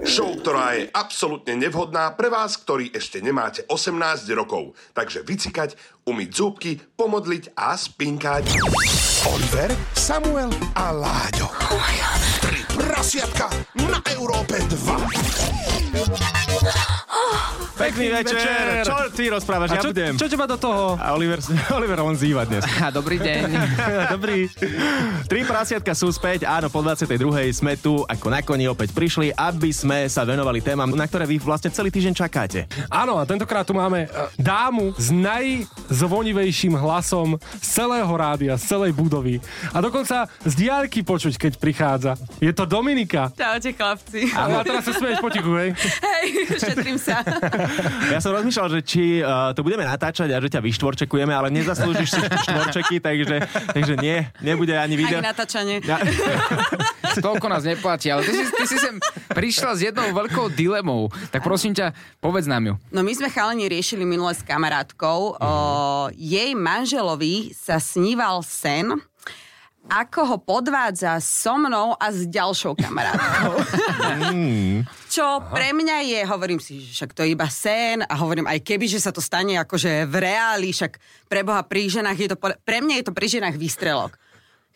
Show, ktorá je absolútne nevhodná pre vás, ktorí ešte nemáte 18 rokov. Takže vycikať, umyť zúbky, pomodliť a spinkať. Oliver, Samuel a Láďo. Tri prasiatka na Európe 2. Pekný večer. Čo ty rozprávaš? ja A čo, budem. čo teba do toho? A Oliver, Oliver on zýva dnes. Aha, dobrý deň. Dobrý. Tri prasiatka sú späť, áno, po 22. sme tu, ako na koni opäť prišli, aby sme sa venovali témam, na ktoré vy vlastne celý týždeň čakáte. Áno, a tentokrát tu máme eh, dámu s najzvonivejším hlasom z celého rádia, z celej budovy. A dokonca z diálky počuť, keď prichádza. Je to Dominika. Čaute, chlapci. A teraz sa smieš potichu, hej? Hej, šetrím sa. Ja som rozmýšľal, že či uh, to budeme natáčať a že ťa vyštvorčekujeme, ale nezaslúžiš si štvorčeky, takže, takže nie, nebude ani video. Ani natáčanie. Ja, Toľko nás neplatí, ale ty si, ty si sem prišla s jednou veľkou dilemou. Tak prosím ťa, povedz nám ju. No my sme chalani riešili minule s kamarátkou. O, jej manželovi sa sníval sen, ako ho podvádza so mnou a s ďalšou kamarátkou. Čo pre mňa je, hovorím si, že však to je iba sen a hovorím, aj keby, že sa to stane akože v reáli, však pre Boha pri ženách je to, po- pre mňa je to pri ženách výstrelok.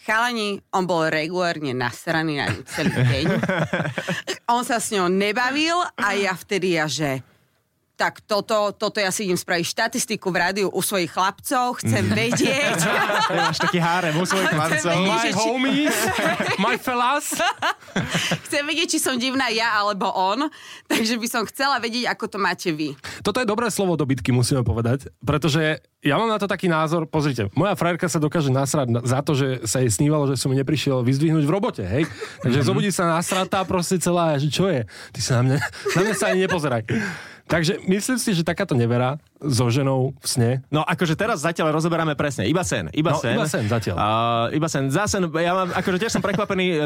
Chalani, on bol regulárne nasraný na ňu celý deň. on sa s ňou nebavil a ja vtedy ja, že tak toto, toto ja si idem spraviť štatistiku v rádiu u svojich chlapcov, chcem vedieť. máš taký hárem u svojich Ale to je chlapcov. veľmi- My Ježiši. homies, my fellas. chcem vedieť, či som divná ja alebo on, takže by som chcela vedieť, ako to máte vy. Toto je dobré slovo do bitky, musíme povedať, pretože ja mám na to taký názor, pozrite, moja frajerka sa dokáže nasrať na- za to, že sa jej snívalo, že som ju neprišiel vyzdvihnúť v robote, hej? Takže zobudí sa nasratá proste celá, že čo je? Ty sa na mňa, na mňa sa ani nepozeraj. Takže myslím si, že takáto nevera so ženou v sne, No akože teraz zatiaľ rozoberáme presne, iba sen, iba No, sen. iba sen zatiaľ. A, iba sen, za sen, ja mám, akože tiež som prekvapený eh,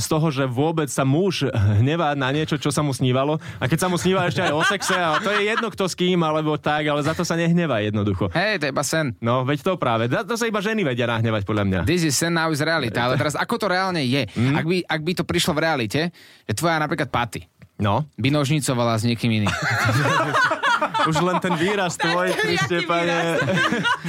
z toho, že vôbec sa muž hnevá na niečo, čo sa mu snívalo. A keď sa mu sníva ešte aj o sexe, a to je jedno kto s kým, alebo tak, ale za to sa nehnevá jednoducho. Hej, to je iba sen. No, veď to práve. Za to sa iba ženy vedia nahnevať, podľa mňa. This is sen now is realita, ale teraz ako to reálne je? Mhm. Ak by, ak by to prišlo v realite, že tvoja napríklad Paty No, by nožnicovala s niekým iným. už len ten výraz tvoj, to je Kriste, jaký pane.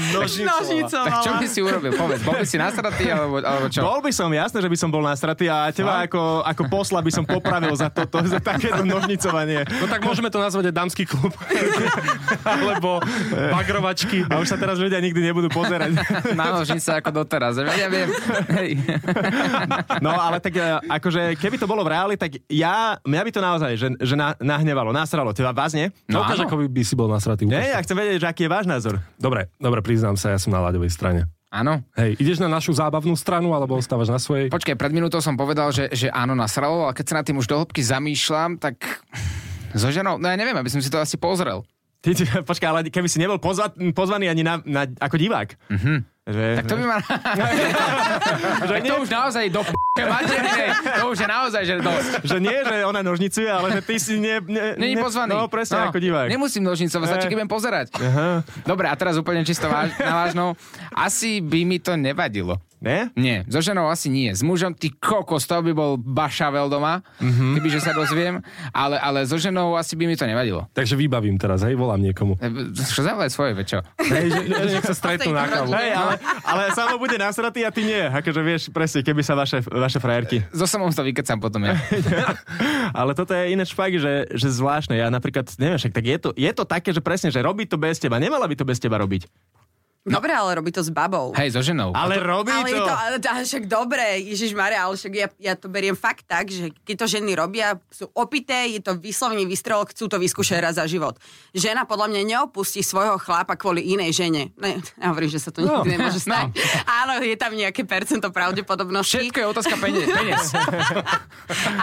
tak čo Nožnicovala. by si urobil? Povedz, bol by si nasratý alebo, alebo čo? Bol by som, jasné, že by som bol nastratý a teba ako, ako posla by som popravil za toto, za takéto nožnicovanie. no tak môžeme to nazvať aj dámsky klub, alebo bagrovačky. A už sa teraz ľudia nikdy nebudú pozerať. Na nožnice ako doteraz. Ja viem. Hej. No ale tak e, akože keby to bolo v reáli, tak ja, mňa by to naozaj, že, že na, nahnevalo, nasralo. Teba vás nie? No Ukáž, áno. ako by, by si bol nasratý. Nie, ukáž. ja chcem vedieť, že aký je váš názor. Dobre, dobre, priznám sa, ja som na ľadovej strane. Áno. Hej, ideš na našu zábavnú stranu, alebo ostávaš na svojej? Počkaj, pred minútou som povedal, že, že áno, nasralo, ale keď sa nad tým už do hĺbky zamýšľam, tak so ženou, no ja neviem, aby som si to asi pozrel. Ty, ty, počkaj, ale keby si nebol pozva, pozvaný ani na, na, ako divák. Mm-hmm. Že, Tak to by ma... tak to už naozaj do p***e materne. To už je naozaj, že dosť. že nie, že ona nožnicuje, ale že ty si ne, ne, Není ne- pozvaný. No presne, no, ako divák. Nemusím nožnicovať, stačí, Ne. keď budem pozerať. Aha. Dobre, a teraz úplne čisto váž, na vážnou. Asi by mi to nevadilo. ne? Nie, so ženou asi nie. S mužom ty kokos, to by bol bašavel doma, Mhm. mm-hmm. kebyže sa dozviem. Ale, ale so ženou asi by mi to nevadilo. Takže vybavím teraz, hej, volám niekomu. E, Čo zavolaj svoje, veď čo? Hej, že, že nech sa stretnú na kávu. Hej, ale, ale samo bude nasratý a ty nie. Akože vieš, presne, keby sa vaše, vaše frajerky. So samom to vykecam potom ja. Ale toto je ináč fakt, že, že zvláštne. Ja napríklad, neviem, však tak je to, je to také, že presne, že robí to bez teba. Nemala by to bez teba robiť. Dobre, ale robí to s babou. Hej, so ženou. Ale robí Ale je to. to, ale, ale však dobre, Ježiš Maria, ale však ja, ja to beriem fakt tak, že keď to ženy robia, sú opité, je to vyslovne výstrel, chcú to vyskúšať raz za život. Žena podľa mňa neopustí svojho chlapa kvôli inej žene. Ne, ja hovorím, že sa to No. nikdy nemôže stať. Áno, je tam nejaké percento pravdepodobnosti. Všetko je otázka penie- peniaz.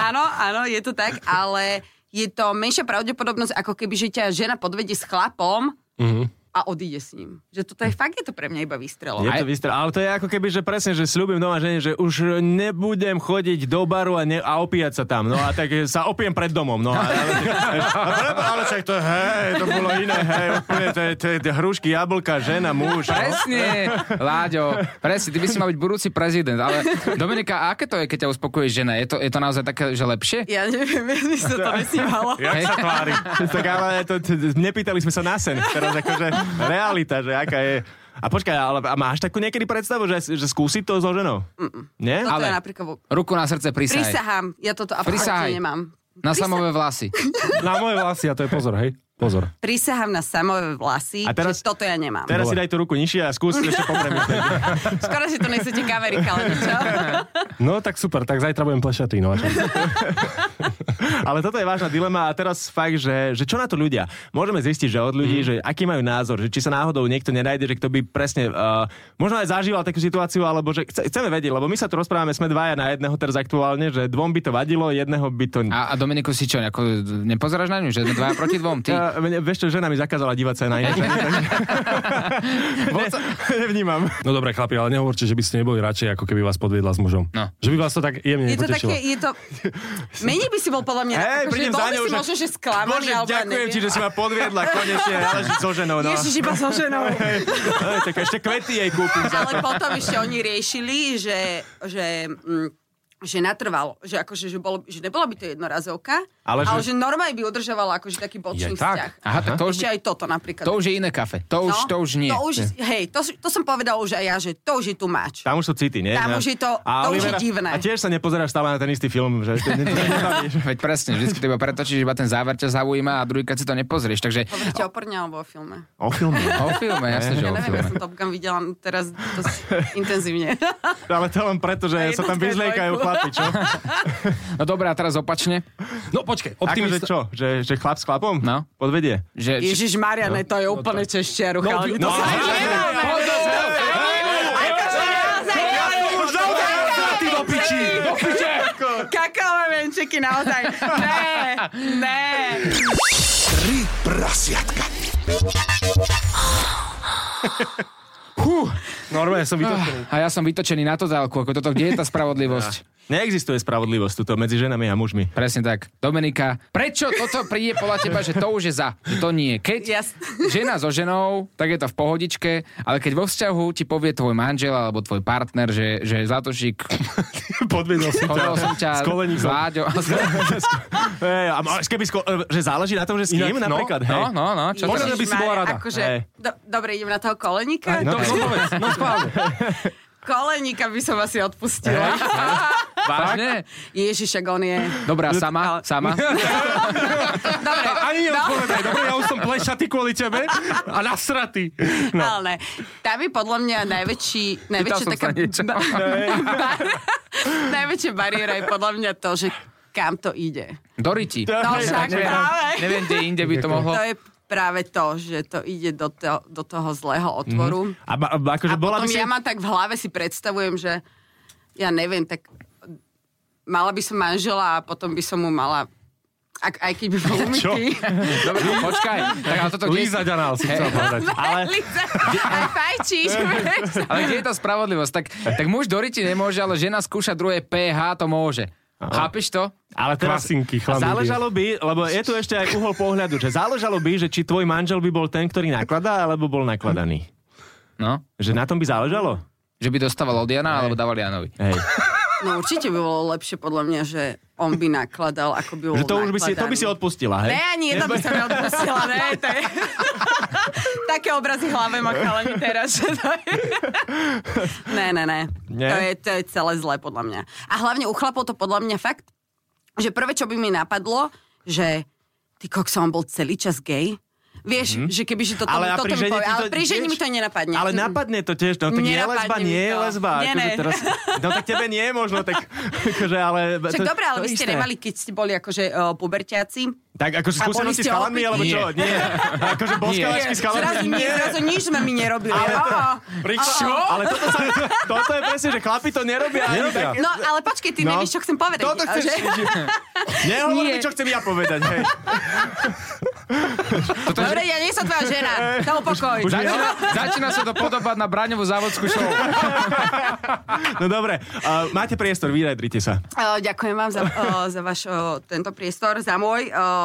Áno, áno, je to tak, Mhm. ale je to menšia pravdepodobnosť, ako keby, že ťa žena podvedie s chlapom, mm-hmm. a odíde s ním. Že toto je fakt, je to pre mňa iba vystrelové. Je to vystra... Ale to je ako keby, že presne, že sľúbim doma žene, že už nebudem chodiť do baru a, ne... a opíjať sa tam. No a tak sa opiem pred domom. No a, ale, ale však to, hej, to bolo iné, hej, úplne, to je, to je hrušky, jablka, žena, muž. No. Presne, Láďo, presne, ty by si mal byť budúci prezident, ale Dominika, a aké to je, keď ťa uspokojí žena? Je to, je to naozaj také, že lepšie? Ja neviem, ja by sa to nesnívalo. Jak sa tvári? tak ale to, to, nepýtali sme sa na sen. Teraz akože realita, že aká je. A počkaj, ale a máš takú niekedy predstavu, že, že skúsiť to so ženou? Mm-mm. Nie? Toto Ale- No je napríklad... vo- Ruku na srdce prísahaj. Prisahám, ja toto Prisahaj. absolútne nemám. Na samové vlasy. Na moje vlasy, a to je pozor, hej. Pozor. Prisahám na samové vlasy, A teraz- že toto ja nemám. Teraz si daj tú ruku nižšie a skús ešte popremiť. Skoro si to nechcete kamery, ale čo? No tak super, tak zajtra budem plešatý. No, a čo? Ale toto je vážna dilema a teraz fakt, že, že čo na to ľudia? Môžeme zistiť, že od ľudí, mm. že aký majú názor, že či sa náhodou niekto nenájde, že kto by presne uh, možno aj zažíval takú situáciu, alebo že chce, chceme vedieť, lebo my sa tu rozprávame, sme dvaja na jedného teraz aktuálne, že dvom by to vadilo, jedného by to... A- A, a Dominiku si čo, ako, nepozeráš na ňu, že sme dvaja proti dvom, ty? Uh, vieš čo, žena mi zakázala dívať sa na iné ženy, takže- Ne- Nevnímam. no dobre, chlapi, ale nehovorte, že by ste neboli radšej, ako keby vás podviedla s mužom. No. Že by vás to tak jemne Je to nepotešilo. také, je to... Menej by si bol podľa mňa... Hej, akože prídem bol za by ňou, si že- možno, že sklamaný, alebo ďakujem ti, neviem. že si ma podviedla konečne, ale že so ženou. No. Ježiš, iba so ženou. Aj, tak ešte kvety jej kúpim za Ale potom ešte oni riešili, že, že, mm, že natrvalo. Že, akože, že, bolo, že nebola by to jednorazovka, ale, Ale ale že- že... normálne by udržovala akože taký Je bočný tak? vzťah. Aha, tak to už, Ešte aj toto napríklad. to už je iné kafe. To už, to už nie. No, To už, hej, to, to som povedal už aj ja, že to už je tu máč. Tam už sú city, nie? Tam už je to- to už je divné. A tiež sa nepozeráš stále na ten istý film, že to, to, to, nebavíš. Veď presne, vždycky to iba pretočíš, iba ten záver ťa zaujíma a druhýkrát si to nepozrieš. Takže Hovoríte o porne alebo o filme? O filme. o filme, jasne, že Ja o neviem, ja filme. som Top Gun videla teraz dosť intenzívne. Ale to len preto, že Aj sa tam jednotka, aj vyzliekajú dvojku. chlapi, čo? No dobré, a teraz opačne. No počkej, Akože optimista... čo? Že, že chlap s chlapom? No. Podvedie. Že, či- Ježiš Maria, ne, to je úplne češtia No, ruch, ale to sa nedáme. Kakaové venčeky, naozaj. Ne, ne. Tri prasiatka. Normálne som vytočený. a ja som vytočený na to dálku, ako toto, kde je tá spravodlivosť? Neexistuje spravodlivosť tuto medzi ženami a mužmi. Presne tak. Dominika, prečo toto príde podľa teba, že to už je za, že to nie. Keď Jas- žena so ženou, tak je to v pohodičke, ale keď vo vzťahu ti povie tvoj manžel alebo tvoj partner, že, že Zlatošik, Podvedol som povedal som S ťa, koleníkom. Láďo, Hej, a ma- keby sko- e, že záleží na tom, že s kým Inak, no, napríklad, hej? no, no, no, čo Možno, teraz? že by si bola rada. Akože, Hej. do, dobre, idem na toho koleníka. No, no, povedz, no schválne. Koleníka by som asi odpustila. Vážne? Ježiš, ak on je... Dobrá, sama, sama. No, Dobre, Ani no, neodpovedaj, dobre, ja už som plešatý kvôli tebe a nasratý. ale ne. Tam je podľa mňa najväčší, Pýtal najväčšia som taká... No, sa niečo. Bar- najväčšia bariéra je podľa mňa to, že kam to ide. Doriti. No však práve. Neviem, kde inde by to mohlo. To je práve to, že to ide do, to, do toho zlého otvoru. A, ba- a akože A bola potom by si... ja mám tak v hlave si predstavujem, že ja neviem, tak mala by som manžela a potom by som mu mala ak, aj keď by bol umytý. Dobre, počkaj. Tak, ale toto, kde, Lízať anál si chcel povedať. Ale... Aj fajčíš. vieš. ale kde je tá spravodlivosť? Tak, tak muž Doriti nemôže, ale žena skúša druhé pH, to môže. Chápeš to? Ale teraz, Kvasinky, a chlamydia. záležalo by, lebo je tu ešte aj uhol pohľadu, že záležalo by, že či tvoj manžel by bol ten, ktorý nakladá, alebo bol nakladaný. No. Že na tom by záležalo? Že by dostával od Jana, alebo dával Janovi. Hej. No určite by bolo lepšie podľa mňa, že on by nakladal, ako by bol Že to už by si, to by si nakladaný. odpustila, hej? Ne, ani jedno by som neodpustila, ne, to je... Také obrazy v hlave ma chalani teraz, že to je... ne, ne, ne. Nie? To, je, to je celé zlé podľa mňa. A hlavne u chlapov to podľa mňa fakt, že prvé, čo by mi napadlo, že ty kokso, on bol celý čas gay. Vieš, mm-hmm. že keby že toto, Mhm. Ale a toto pri mi žene povie, ti to ale pri žení tiež- mi to nenapadne. Ale Mm. napadne to tiež, no tak nie je Nenapadne lesba, mi nie je to. lesba. Nie, akože ne. teraz, no tak tebe nie, možno, tak akože, ale... Však to- dobre, ale to vy ste isté. nemali, keď ste boli akože uh, puberťáci. Tak akože A boli skúsenosti s ste chalanmi, opití? alebo čo? Nie. Akože boskavačky s Zrazu, chalanmi? nie, zrazu nič sme mi nerobili. Ale to- Á. Čo? Ale toto, sa, toto je presne, že chlapi to nerobia. ani Nerobia. tak- No, ale počkej, ty No. nevieš, čo chcem povedať. Toto chceš... Že- Nehovor mi, Nie. čo chcem ja povedať, hej. Dobre, ja nie som tvoja žena. Dal pokoj. Začína, začína sa to podobať na Braňovú závodskú show. No dobre, uh, máte priestor, vyjadrite sa. Eh, Ďakujem vám za, eh, za váš eh, tento priestor, za môj. Eh,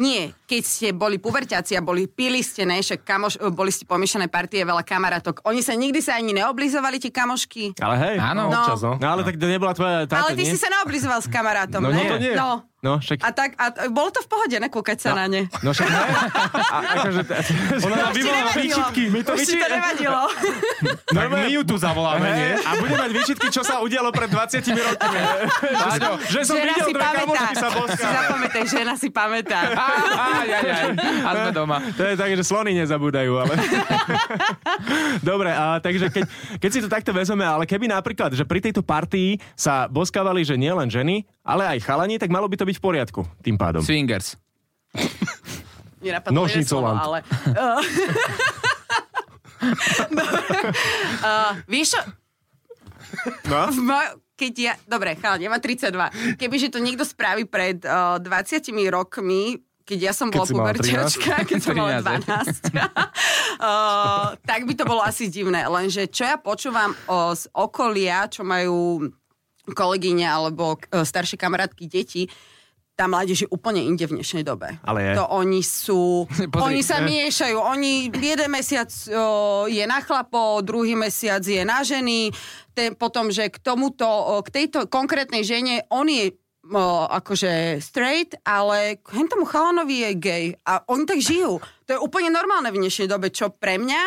Nie, keď ste boli puberťáci a boli, pili ste, ne, však kamoš, eh, boli ste pomiešané partie, veľa kamarátok. Oni sa nikdy sa ani neoblizovali, tie kamošky. Ale hej, Áno. no. Občas, no. No ale tak to nebola tvoja táto, Ale ty nie? si sa neoblizoval s kamarátom, No ne? nie. To nie. No. No, však... A tak, a t- bolo to v pohode, nekúkať sa na ne. No však hej. A, akože... Ona Už ti no. nevadilo. Už ti to nevadilo. Tak my ju tu zavoláme, nie? A bude mať výčitky, čo sa udialo pred 20 rokmi. Láďo, že som žena videl si dve pamätá. kamošky sa Si boskali. zapamätaj, žena si pamätá. Á, á, jaj, jaj. A sme doma. To je tak, že slony nezabúdajú, ale... Dobre, a takže keď, keď si to takto vezeme, ale keby napríklad, že pri tejto partii sa boskávali, že nielen ženy, ale aj chalani, tak malo by to byť v poriadku tým pádom. Swingers. Nenapadlo Nožnicu slovo, Nožnicolant. ale... Uh, uh, vieš No, čo? No? V moj- keď ja... Dobre, chalani, ja mám 32. Kebyže to niekto spraví pred uh, 20 rokmi, keď ja som bola si mala puberťačka, keď som mala 13, 12, uh, tak by to bolo asi divné. Lenže čo ja počúvam o, z okolia, čo majú kolegyne alebo uh, staršie kamarátky detí, tá mládež je úplne inde v dnešnej dobe. Ale je. To oni sú... Pozri. eh. oni sa miešajú. Oni jeden mesiac o, je na chlapo, druhý mesiac je na ženy. Ten, potom, že k tomuto, o, k tejto konkrétnej žene, on je o, akože straight, ale k hen tomu chalanovi je gay. A oni tak žijú. To je úplne normálne v dnešnej dobe, čo pre mňa,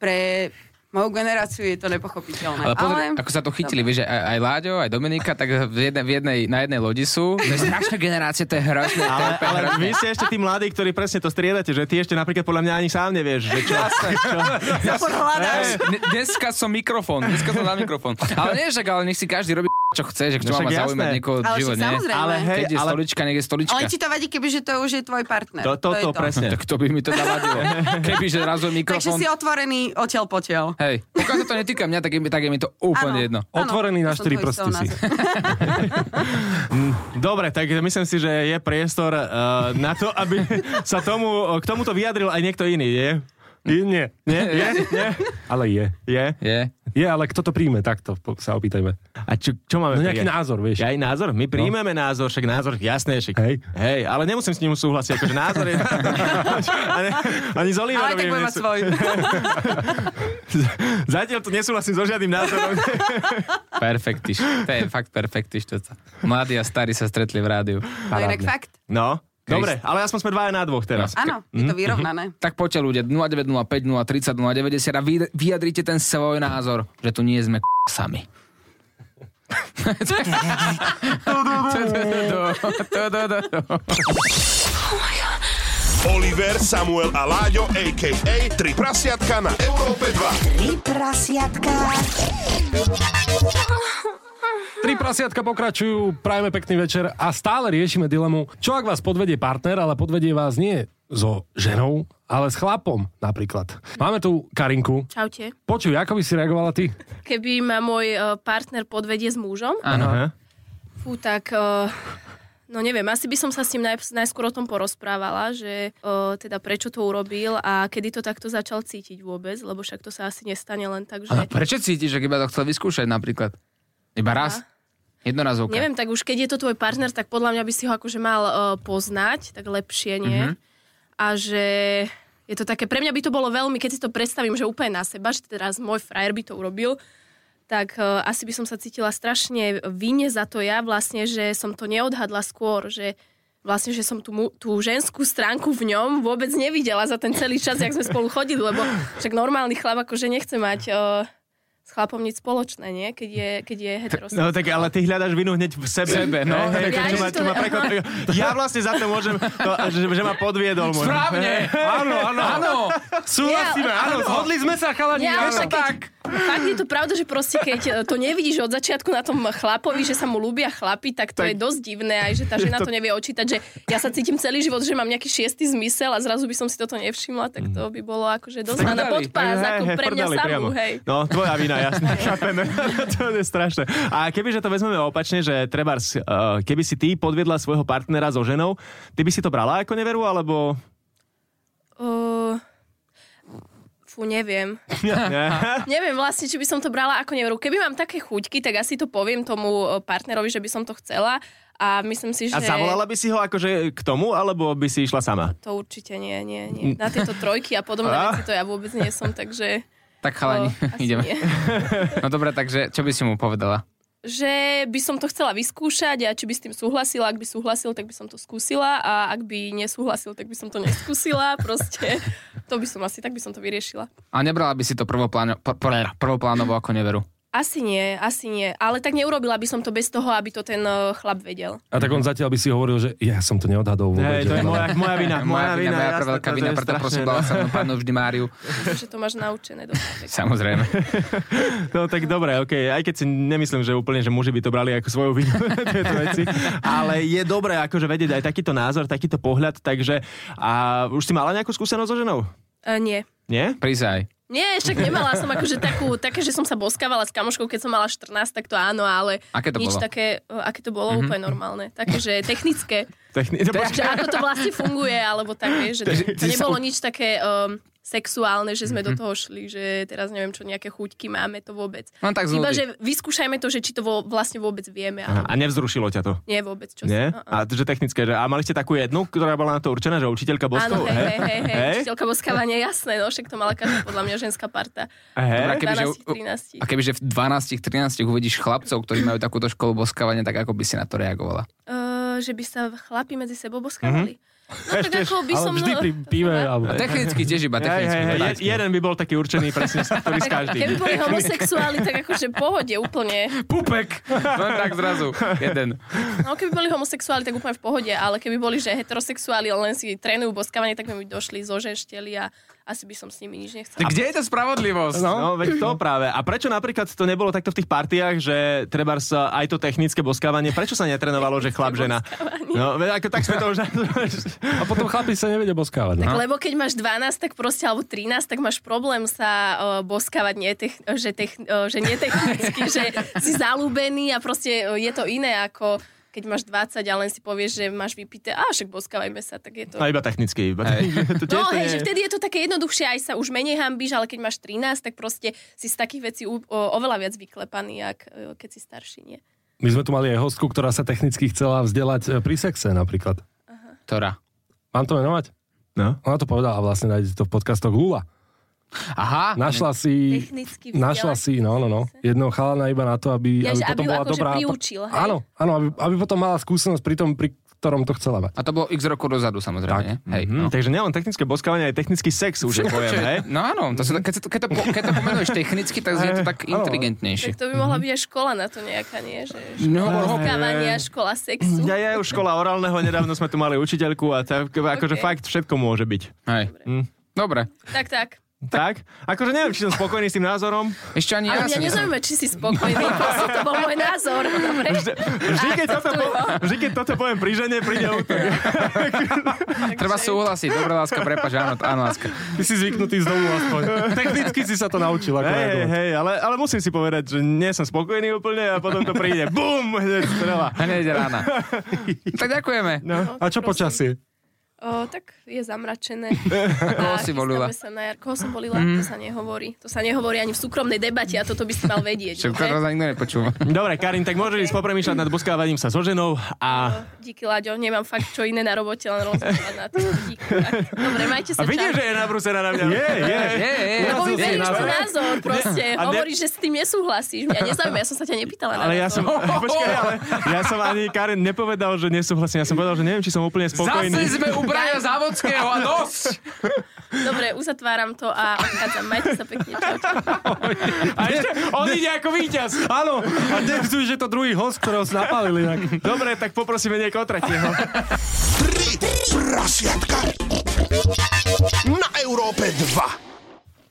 pre moju generáciu je to nepochopiteľné. Ale pozri, ale... ako sa to chytili, vieš, že aj, aj Láďo, aj Dominika, tak v jednej, v jednej, na jednej lodi sú. To je strašná generácia, to je hrozné. Ale, ale vy ste ešte tí mladí, ktorí presne to striedate, že ty ešte napríklad podľa mňa ani sám nevieš, že čo, čo Zapor hľadáš. Ne- Dneska som mikrofón, dneska som na mikrofón. Ale nie, však, ale nech si každý robí čo chce, že čo No má však jasné. zaujímať niekoho v Ale živote, však nie? samozrejme. Ale hej, Keď je ale- stolička, nech je stolička. Ale ti to vadí, kebyže to už je tvoj partner. To, to, je to, presne. Tak to by mi to navadilo. Kebyže zrazu Takže mikrofón... si otvorený oteľ potiaľ. Hej, pokiaľ sa to netýka mňa, tak je, mi- tak je mi to úplne jedno. Otvorený na štyri prsty si. Dobre, tak myslím si, že je priestor uh, na to, aby sa tomu, k tomuto vyjadril aj niekto iný, je? Je, nie, Nie? Je? Nie? ale je. Je? Je. Je, ale kto to príjme, takto po- sa opýtajme. A čo, čo máme No nejaký prijať? názor, vieš. Aj názor? My príjmeme no. názor, však názor, jasné, však. Hej. Hej, ale nemusím s ním súhlasiť, akože názor je... ani, ani s Ale tak Oliverovým budem mať nesú- svoj. Zatiaľ tu nesúhlasím so žiadnym názorom. Perfektiš. To je fakt perfektiš. To sa- Mladí a starí sa stretli v rádiu. To je inak fakt. No, Krist. dobre, ale aspoň sme dvaja na dvoch teraz. Áno, je Mhm, to vyrovnané. Tak poďte ľudia, 0905, 030, 090 a vy, vyjadrite ten svoj názor, že tu nie sme k- sami. Oliver, Samuel a Láďo, a.k.a. Tri prasiatka na Európe 2. Tri prasiatka. Tri prasiatka pokračujú, prajeme pekný večer a stále riešime dilemu, čo ak vás podvedie partner, ale podvedie vás nie so ženou, ale s chlapom napríklad. Máme tu Karinku. Čaute. Počuj, ako by si reagovala ty? Keby ma môj e, partner podvedie s mužom, Áno. fú, tak... e, No neviem, asi by som sa s ním naj, najskôr o tom porozprávala, že o, teda prečo to urobil a kedy to takto začal cítiť vôbec, lebo však to sa asi nestane len tak, že... Ale prečo cítiš, že iba to chcel vyskúšať napríklad? Iba raz? Jednorazovka. Neviem, tak už keď je to tvoj partner, tak podľa mňa by si ho akože mal uh, poznať, tak lepšie nie. A že je to také, pre mňa by to bolo veľmi, keď si to predstavím, že úplne na seba, že teraz môj frajer by to urobil, tak uh, asi by som sa cítila strašne vine za to ja vlastne, že som to neodhadla skôr, že vlastne, že som tú, mu, tú ženskú stránku v ňom vôbec nevidela za ten celý čas, jak sme spolu chodili, lebo však normálny chlap akože nechce mať uh, s chlapom nič spoločné, nie? Keď je, keď je No heterosexuálny. tak ale ty hľadaš vinu hneď v sebe. sebe, no. Hej, Ja čo ma, ešte čo to- ma prekvapilo. ja vlastne za to môžem, to, že, že ma podviedol. Môj. Správne! áno, áno. Áno, Súhlasíme, Áno, zhodli sme sa, chalani. Nie, áno. ale však keď, Fakt je to pravda, že proste keď e, to nevidíš od začiatku na tom chlapovi, že sa mu ľúbia chlapi, tak to Tak- je dosť divné, aj že tá žena to nevie očítať, že ja sa cítim celý život, že mám nejaký šiestý zmysel a zrazu by som si toto nevšimla, tak to by bolo akože dosť na prdeli. podpás, Hej, hej, ako pre mňa prdeli samú, hej. No, tvoja vina, jasne, chápeme. to je strašné. A kebyže to vezmeme opačne, že trebárs, eh, keby si ty podviedla svojho partnera so ženou, ty by si to brala ako neveru, alebo... Uh, fú, neviem. Nie. Neviem vlastne, či by som to brala ako neveru. Keby mám také chuťky, tak asi to poviem tomu e, partnerovi, že by som to chcela a myslím si, že... A zavolala by si ho akože k tomu, alebo by si išla sama? To určite nie, nie, nie. Mm. Na tieto trojky a podobné A? veci to ja vôbec nie som, takže... Tak chalani, to asi ideme. nie. No dobre, takže čo by si mu povedala? Že by som to chcela vyskúšať a či by s tým súhlasila, ak by súhlasil, tak by som to skúsila a ak by nesúhlasil, tak by som to neskúsila. Proste to by som asi, tak by som to vyriešila. A nebrala by si to prvopláno, pr- pr- prvoplánovo ako neveru. Asi nie, asi nie. Ale tak neurobila by som to bez toho, aby to ten e, chlap vedel. A tak on zatiaľ by si hovoril, že ja som to neodhadol vôbec. Hej, to je že ona- moja, moja vina, moja vina. moja jasné, veľká to- to vina, je preto strašné, prosím, no. bola som pánu vždy Máriu. Že to máš naučené dostatek. Samozrejme. No tak dobre, okay. aj keď si nemyslím, že úplne, že muži by to brali ako svoju vinu, tieto veci, ale je dobré akože vedieť aj takýto názor, takýto pohľad, takže a už si mala nejakú skúsenosť so ženou? E, nie. Nie? Prísaj. Nie, však nemala som akože takú, také, že som sa boskávala s kamoškou, keď som mala 14, tak to áno, ale Aké to bolo? nič Mhm. také, e, aké to bolo úplne normálne. Také, že technické, Techni- no, že ako to vlastne funguje, alebo také, že to, to nebolo nič také um, sexuálne, že sme Mhm. do toho šli, že teraz neviem čo, nejaké chuťky máme, to vôbec. No tak z Iba, nudy. že vyskúšajme to, že či to vo, vlastne vôbec vieme, Aha, ale a nevzrušilo ťa to? nie vôbec čo Nie? si. A že technické, že a mali ste takú jednu, ktorá bola na to určená, že učiteľka Áno, boskov? hej, hej, hej, hej. Učiteľka boskávania, jasné, no však to mala každá podľa mňa ženská parta. Hej? Dobrá, kebyže, a 12, 13. kebyže v 12-13 uvidíš chlapcov, ktorí majú takúto školu boskávania, tak ako by si na to reagovala? Uh, že by sa chlapi medzi sebou boskávali. Mm-hmm. No tak Ešte, ako by Ale som... vždy pri pive, alebo... Technicky tiež iba, Hej, technicky. hej, hej, no, je- jeden by bol taký určený presne, ktorý s každým. Keby boli homosexuáli, tak akože pohode úplne. Pupek! Len tak zrazu. Jeden. No keby boli homosexuáli, tak úplne v pohode, ale keby boli, že heterosexuáli, len si trénujú boskávanie, tak by mi došli, zoženšteli a asi by som s nimi nič nechcela. Tak kde je tá spravodlivosť? No, veď to práve. A prečo napríklad to nebolo takto v tých partiách, že treba sa aj to technické boskávanie, prečo sa netrenovalo, že chlap, žena? No, veď ako tak sme to už... A potom chlapi sa nevedia boskávať. No. Tak lebo keď máš 12, tak proste, alebo 13, tak máš problém sa uh, boskávať netech, že, tech, uh, že netechnicky, že si zalúbený a proste uh, je to iné ako keď máš 20 a len si povieš, že máš vypité, a však boskávajme sa, tak je to... No, iba technické. Iba to tiež No to hej, nie- že vtedy je to také jednoduchšie, aj sa už menej hambíš, ale keď máš 13, tak proste si z takých vecí u- o, oveľa viac vyklepaný, jak e, keď si starší, nie? My sme tu mali aj hostku, ktorá sa technicky chcela vzdelať e, pri sexe napríklad. Ktorá? Mám to menovať? No. Ona to povedala a vlastne, nájdete to v podcastoch Lula. Aha. Našla si... Technicky Našla si, vzdelať. no, no, no, jedného chalana iba na to, aby, Ja, aby že aby potom ju bola akože dobrá. priučil, hej? Áno, áno, aby, aby potom mala skúsenosť pri tom, pri ktorom to chcela mať. A to bolo x rokov dozadu, samozrejme. Tak. nie? Hej, Hm, takže nielen technické boskávanie, aj technický sex už je pojem, hej? No áno, to sa, keď, sa to, keď, to, po- keď to pomenuješ technicky, tak je to tak Tak inteligentnejšie. to by mohla byť aj škola na to nejaká, nie? Že No, škola hej. boskávania, škola sexu. Ja, ja, už škola orálneho, nedávno sme tu mali učiteľku a tak, akože Ok. fakt všetko môže byť. Hej. Mm. Dobre. Tak, tak. Tak? Akože neviem, či som spokojný s tým názorom. Ešte ani ja Ale mňa som nezaujíma, či si spokojný, proste to bol môj názor, dobre? Vždy, keď toto, po- vždy, keď toto poviem pri žene, príde útok. Treba súhlasiť. Dobre, láska, prepač, áno, áno, láska. Ty si zvyknutý z domu aspoň. Technicky si sa to naučila. Hej, hej, hej, ale, ale musím si povedať, že nie som spokojný úplne a potom to príde. Bum! Hneď strela. Hneď rána. Tak ďakujeme. No, a čo prosím. počasie? O, tak je zamračené. Koho A si volila? chystáme Sa na jar. Koho som volila? To sa nehovorí. To sa nehovorí ani v súkromnej debate a toto by si mal Čo vedieť. to dobre? rozhodne nikto nepočúva. Dobre, Karin, tak môžeš ísť popremýšľať nad boskávaním sa so ženou a... Díky, Láďo, nemám fakt čo iné na robote, len rozmýšľať na to. Díky. Dobre, majte A sa vidíš, že je nabrúsená na mňa. Je, je. Je, je, je. Lebo mi je, veríš názor. môj názor, proste. A ne- Hovoríš, že s tým nesúhlasíš. Mňa nezaujíma, ja som sa ťa nepýtala. na Ale ja názor. som, počkaj, ale ja som ani Karin nepovedal, že nesúhlasím. Ja som povedal, že neviem, či som úplne Zase spokojný. sme u Braja Závodského a dosť! Dobre, uzatváram to a odchádzam. Majte sa pekne. Čau, čau. A ešte on ide ako víťaz. Áno, a nevzuj, že to druhý host, ktorého si napálili. inak. Dobre, tak poprosíme niekoho tretieho. Tri prasiatka na Európe 2.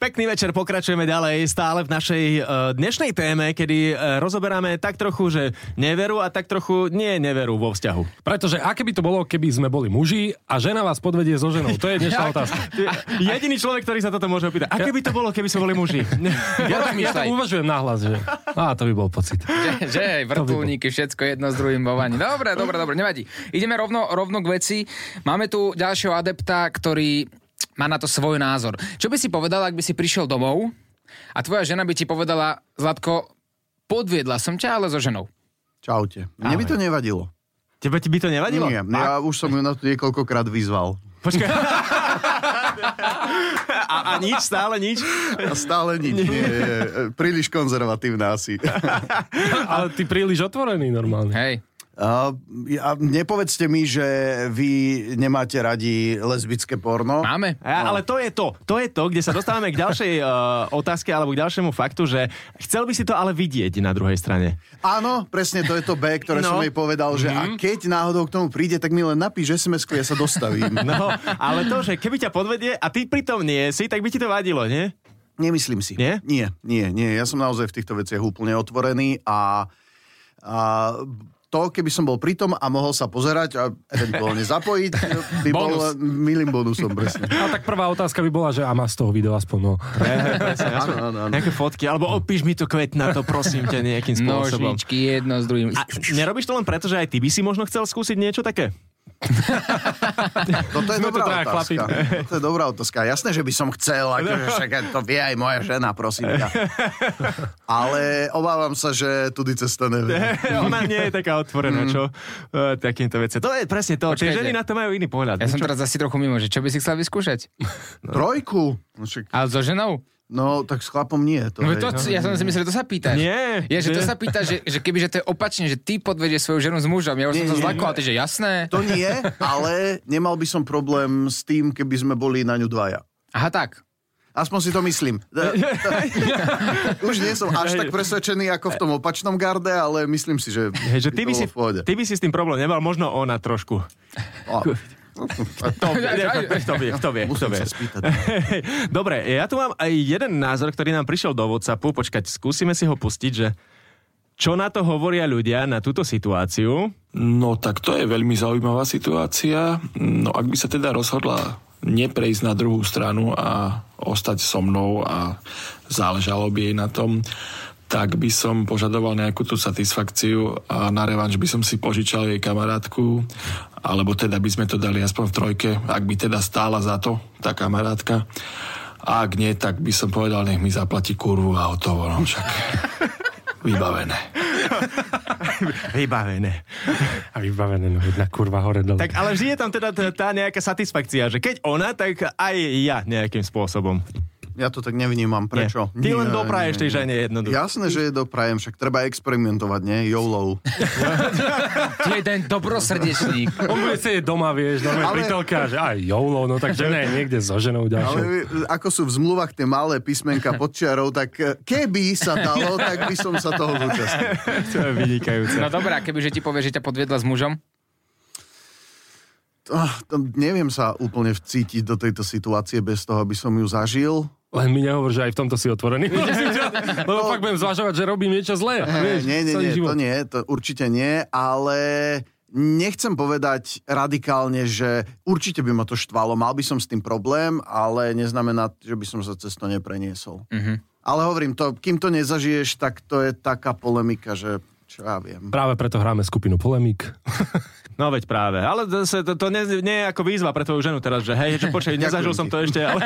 Pekný večer, pokračujeme ďalej stále v našej eh, dnešnej téme, kedy eh, rozoberáme tak trochu, že neveru a tak trochu nie neveru vo vzťahu. Pretože aké by to bolo, keby sme boli muži a žena vás podvedie so ženou? To je dnešná otázka. Jediný človek, ktorý sa toto môže opýtať. Aké by to bolo, keby sme boli muži? Ja, tak- ja Porozmýšľaj. to uvažujem nahlas, že... Á, to by bol pocit. Že hej, vrtulníky, všetko jedno s druhým vo vani. Dobre, dobre, dobre, nevadí. Ideme rovno, rovno k veci. Máme tu ďalšieho adepta, ktorý má na to svoj názor. Čo by si povedal, ak by si prišiel domov a tvoja žena by ti povedala, Zlatko, podviedla som ťa, ale so ženou. Čaute. Mne by to nevadilo. Tebe ti by to nevadilo? Nie, ja už som ju na to niekoľkokrát vyzval. Počkaj. A, a nič, stále nič. A stále nič. Nie, je e, príliš konzervatívna asi. Ale ty príliš otvorený normálne. Hej. A, a nepovedzte mi, že vy nemáte radi lesbické porno. Máme? A, No. ale to je to, to je to, kde sa dostávame k ďalšej uh, otázke alebo k ďalšiemu faktu, že chcel by si to ale vidieť na druhej strane. Áno, presne to je to B, ktoré No. som jej povedal, že Mhm. a keď náhodou k tomu príde, tak mi len napíš sms ja sa dostavím. No, ale to, že keby ťa podvedie a ty pritom nie si, tak by ti to vadilo, nie? Nemyslím si. Nie? Nie, nie, nie. Ja som naozaj v týchto veciach úplne otvorený a, a to, keby som bol pritom a mohol sa pozerať a eventuálne zapojiť, by bol Bonus. milým bonusom, presne. A tak prvá otázka by bola, že a má z toho video aspoň no. Áno, áno, áno. Nejaké fotky, alebo opíš mi to kvet na to, prosím ťa, nejakým spôsobom. Nožničky, jedno s druhým. A nerobíš to len preto, že aj ty by si možno chcel skúsiť niečo také? Toto je Sme tu dobrá traja chlapi. otázka. To je dobrá otázka. Jasné, že by som chcel, akože však to vie aj moja žena, prosím ťa. Ale obávam sa, že tudy cesta nevie. Ona nie je taká otvorená, Mm. čo? E, Takýmto veci. To je presne to. Tie Počkajte. ženy na to majú iný pohľad. Ja som teraz asi trochu mimo, že čo by si chcel vyskúšať? Trojku? No, však- Ale so ženou? No, tak s chlapom nie. To, No, hej. to, ja som si myslel, že to sa pýtaš. Nie. Je, že to Nie. sa pýta, že, že keby že to je opačne, že ty podvedieš svoju ženu s mužom. Ja už som Nie, sa nie, zlakol, a ty že jasné. to nie, ale nemal by som problém s tým, keby sme boli na ňu dvaja. Aha, tak. Aspoň si to myslím. D- Už nie som až tak presvedčený ako v tom opačnom garde, ale myslím si, že, Hej, že ty, to by bolo si, v pohode. ty by si s tým problém nemal, možno ona trošku. A, To, kto vie, kto vie, kto musím vie. sa spýtať. Dobre, ja tu mám aj jeden názor, ktorý nám prišiel do WhatsAppu. Počkať, skúsime si ho pustiť, že čo na to hovoria ľudia na túto situáciu. No tak to je veľmi zaujímavá situácia. No ak by sa teda rozhodla neprejsť na druhú stranu a ostať so mnou a záležalo by jej na tom, tak by som požadoval nejakú tú satisfakciu a na revanš by som si požičal jej kamarátku, alebo teda by sme to dali aspoň v trojke, ak by teda stála za to tá kamarátka. A ak nie, tak by som povedal, nech mi zaplatí kurvu a hotovo, no však vybavené. Vybavené. A vybavené, no jedna kurva hore dole. Tak ale vždy je tam teda t- tá nejaká satisfakcia, že keď ona, tak aj ja nejakým spôsobom. Ja to tak nevnímam. Prečo? Nie. Ty len Nie, dopraješ nie, tej nie. žene jednoducho. Jasné, že je doprajem, však treba experimentovať, nie? YOLO. Jeden dobrosrdečník. On bude sedieť doma, vieš, na Ale- ale... pritelke a že aj jolo, no takže ne, niekde so ženou ďalšou. Ale ako sú v zmluvách tie malé písmenka pod čiarou, tak eh, keby sa dalo, tak by som sa toho zúčastnil. To je vynikajúce. No dobrá, kebyže ti povie, že ťa podviedla s mužom. Ah, to- Neviem sa úplne vcítiť do tejto situácie bez toho, aby som ju zažil. Len mi nehovor, že aj v tomto si otvorený. Lebo fakt budem zvažovať, že robím niečo zlé. Eh, vieš, Nie, nie, celý nie, život. to nie, to určite nie, ale nechcem povedať radikálne, že určite by ma to štvalo, mal by som s tým problém, ale neznamená, že by som sa cez to nepreniesol. Mm-hmm. Mhm. Ale hovorím to, kým to nezažiješ, tak to je taká polemika, že čo ja viem. Práve preto hráme skupinu Polemík. No veď práve. Ale to, sa- to, to nie, nie je ako výzva pre tvoju ženu teraz, že hej, že počkaj, nezažil Ďakujem som ti. to ešte. Ale...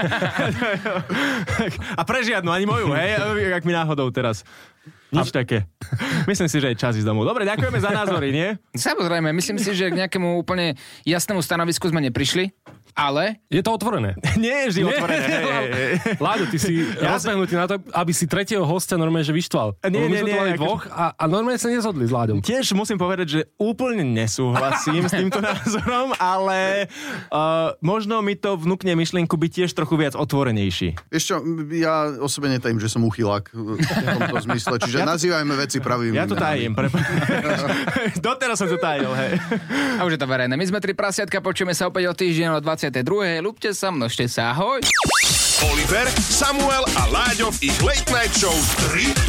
a pre žiadnu, ani moju, hej, ak mi náhodou teraz. Nič také. Myslím si, že je čas ísť domov. Dobre, ďakujeme za názory, nie? Samozrejme, myslím si, že k nejakému úplne jasnému stanovisku sme neprišli, ale Je to otvorené. Nie je vždy otvorené. Hej, hej, hej. Láďo, ty si Ja ja rozbehnutý na to, aby si tretieho hostia normálne, že vyštval. Nie, Lebo nie, my sme tu nie, mali akože- dvoch a, a normálne sa nezhodli s Láďom. Tiež musím povedať, že úplne nesúhlasím s týmto názorom, ale uh, možno mi to vnúkne myšlienku byť tiež trochu viac otvorenejší. Ešte, ja o sebe netajím, že som uchylák v tomto zmysle, čiže nazývajme veci pravými Ja to tajím, menami. prepáč. Doteraz som to tajil, hej. a už je to verejné. My sme tri prasiatka, počujeme sa opäť o týždeň o 20. 22. Lúbte sa, množte sa, ahoj. Oliver, Samuel a Láďo v ich Late Night Show 3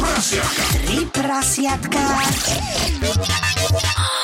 prasiatka. Tri prasiatka.